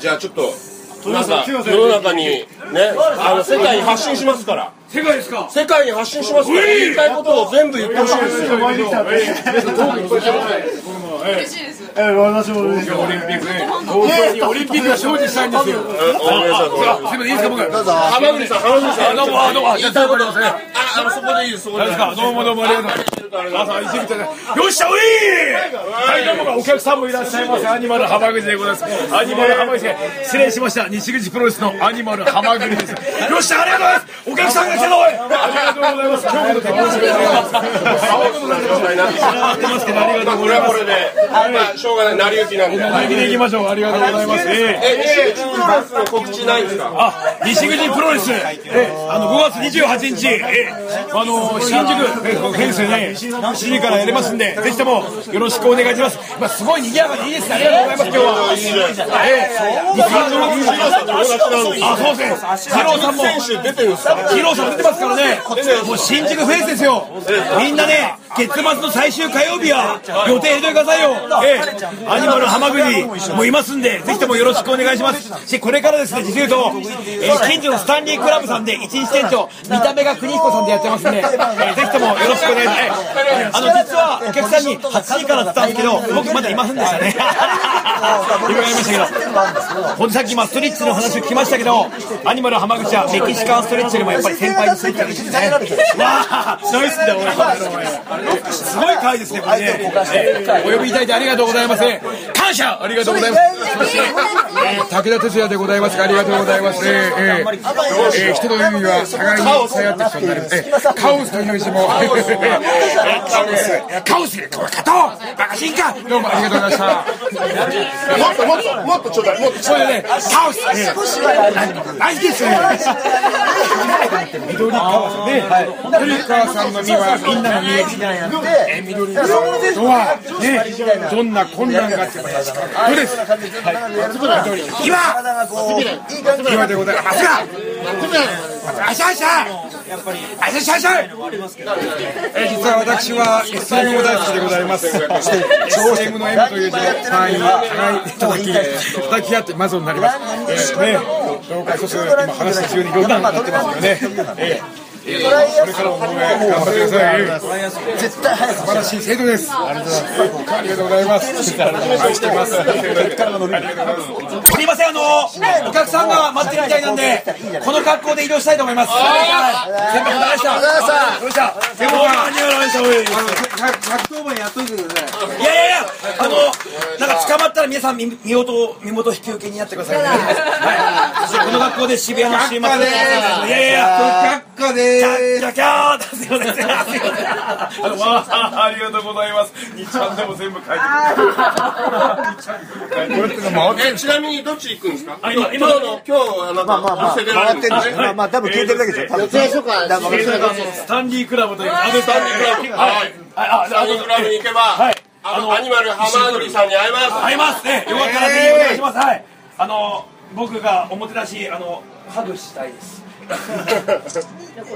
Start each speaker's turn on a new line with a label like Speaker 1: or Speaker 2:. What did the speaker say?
Speaker 1: じゃあちょっとなんか
Speaker 2: すいません
Speaker 1: 世の中にねあの世界に発信しますから
Speaker 3: 世界ですか
Speaker 1: 世界に発信しますから言いたいことを全部言ってほしいですよ
Speaker 2: 参り来たんで
Speaker 4: 嬉しいです。
Speaker 2: えー私も嬉しい
Speaker 3: オリンピックね東京にオリンピックが勝利したいんですよ
Speaker 1: うんお願いします
Speaker 3: すいませんいいですか僕どうぞ
Speaker 1: 浜口さん浜口さん
Speaker 3: どうもあどうもあ
Speaker 1: 言
Speaker 3: じゃ
Speaker 1: い
Speaker 3: あど
Speaker 1: たいうことで
Speaker 3: もどうも
Speaker 1: すねああのそこでいいですそこでいいです
Speaker 3: どうもどうもありがとうございま
Speaker 1: あ
Speaker 3: す朝一時からよっしゃおいはいどうもお客さんもいらっしゃいますアニマル浜口でございますアニマル浜口で失礼しました西口プロレスのアニマル浜口ですよっしゃありがとうございますお客さんが来たぞおいありがとうございます
Speaker 1: ますけ
Speaker 3: 今日もとても
Speaker 1: どありがとうございますこれはこれでまあしょうがない成り行きなんで
Speaker 3: 行きましょうありがとうございますええ
Speaker 1: え西口プロレスの告知ないんですか
Speaker 3: あ、西口プロレス、ええあの5月28日、ええあの新宿ええこのフェンスでね、7時からやりますんで、ぜひともよろしくお願いします。まあすごい賑やかでいいですね。ありがとうございます。今日は。ええ、あ、そうですね。二郎さんも、
Speaker 1: 選手出てるんですか
Speaker 3: 二郎さん出てますからね。もう新宿フェンスですよ。みんなね、月末の最終火曜日は予定入れてくださいよ。ええ、アニマル浜口もいますんで、ぜひともよろしくお願いします。し、これからですね、実を言うと、えー近所のスタンリークラブさんで、一日店長、見た目が邦彦さんでやってますんで、えーぜひともよろしくお願いします。えーあの、実はお客さんに8時からって言ったんですけど、僕まだいませんでしたね。今やりましたけど。ほんでさっき今ストレッチの話を聞きましたけど、アニマル浜口はメキシカンストレッチよりもやっぱり先輩のストレッチがいいですね。わあ、大好きだ俺。すごい回ですね、これね。えーお呼びいただいてありがとうございます。感謝ありがとうございます。武田鉄矢でございますがありがとうございます。えーえーえー人の意味は互いに支え合って人になる。えーカオスという字も。カオス、カオス、これ勝とうバカ進化どうもありがとうございました。
Speaker 5: もっともっともっとちょうだいもっと
Speaker 3: それでね、カオス、えー大好きですよ。緑川さんね、緑川さんの実はみんなの実。ね、どんな困難があっても確かに。どうです。今、今でございます。が。あしゃあしゃ。あしゃしゃしゃ。え実は私は SM も大好きでございます。そして SM の M という字を単位はい叩き叩き合ってマゾになります。えー、ね、どうか一つ今話の中にいろんなのがなってますよね。えーえーこれからも応援頑張ってください。絶対早く素晴らしい生徒です。ありがとうございます。愛してます。すみません、あのお客さんが待ってるみたいなんで、この格好で移動したいと思います。はい先輩、お疲れ様でした。お疲れ様でした。先輩、お疲れ様でした。
Speaker 6: 110番やっといてください。
Speaker 3: いやいやいや、あの、なんか捕まったら皆さん身身元、身元引き受けになってくださいね。はい。そしてこの学校で渋谷の週末で。いやいやいや。
Speaker 6: 却下で
Speaker 3: キャ
Speaker 6: ーす。
Speaker 3: ッキャキャーすいません、すいません。すいません
Speaker 7: あのわあありがとうございます。二ちゃんでも全部書いてくれた
Speaker 1: えちなみにどっち行くんですか
Speaker 3: あ
Speaker 1: 今
Speaker 3: 今
Speaker 1: 日
Speaker 3: 今
Speaker 1: の今日あな
Speaker 2: まあまあ
Speaker 1: た寄
Speaker 2: ま
Speaker 1: せて
Speaker 2: あ
Speaker 1: られるん
Speaker 2: 笑っ
Speaker 1: です
Speaker 2: てる
Speaker 1: ね
Speaker 2: んですまあまあ多分聞いてるだけでしょ多分だから
Speaker 3: スタンリークラブという。あの、スタンリークラブ。
Speaker 1: はい
Speaker 3: あ、あ
Speaker 1: アニ
Speaker 3: の、
Speaker 1: クラブに行けば、
Speaker 3: はい
Speaker 1: あのアニマル浜口さんに会えます。
Speaker 3: 会いますね。よかったらぜひお願いします。はい。あの、僕がおもてなし、あの、ハグしたいです。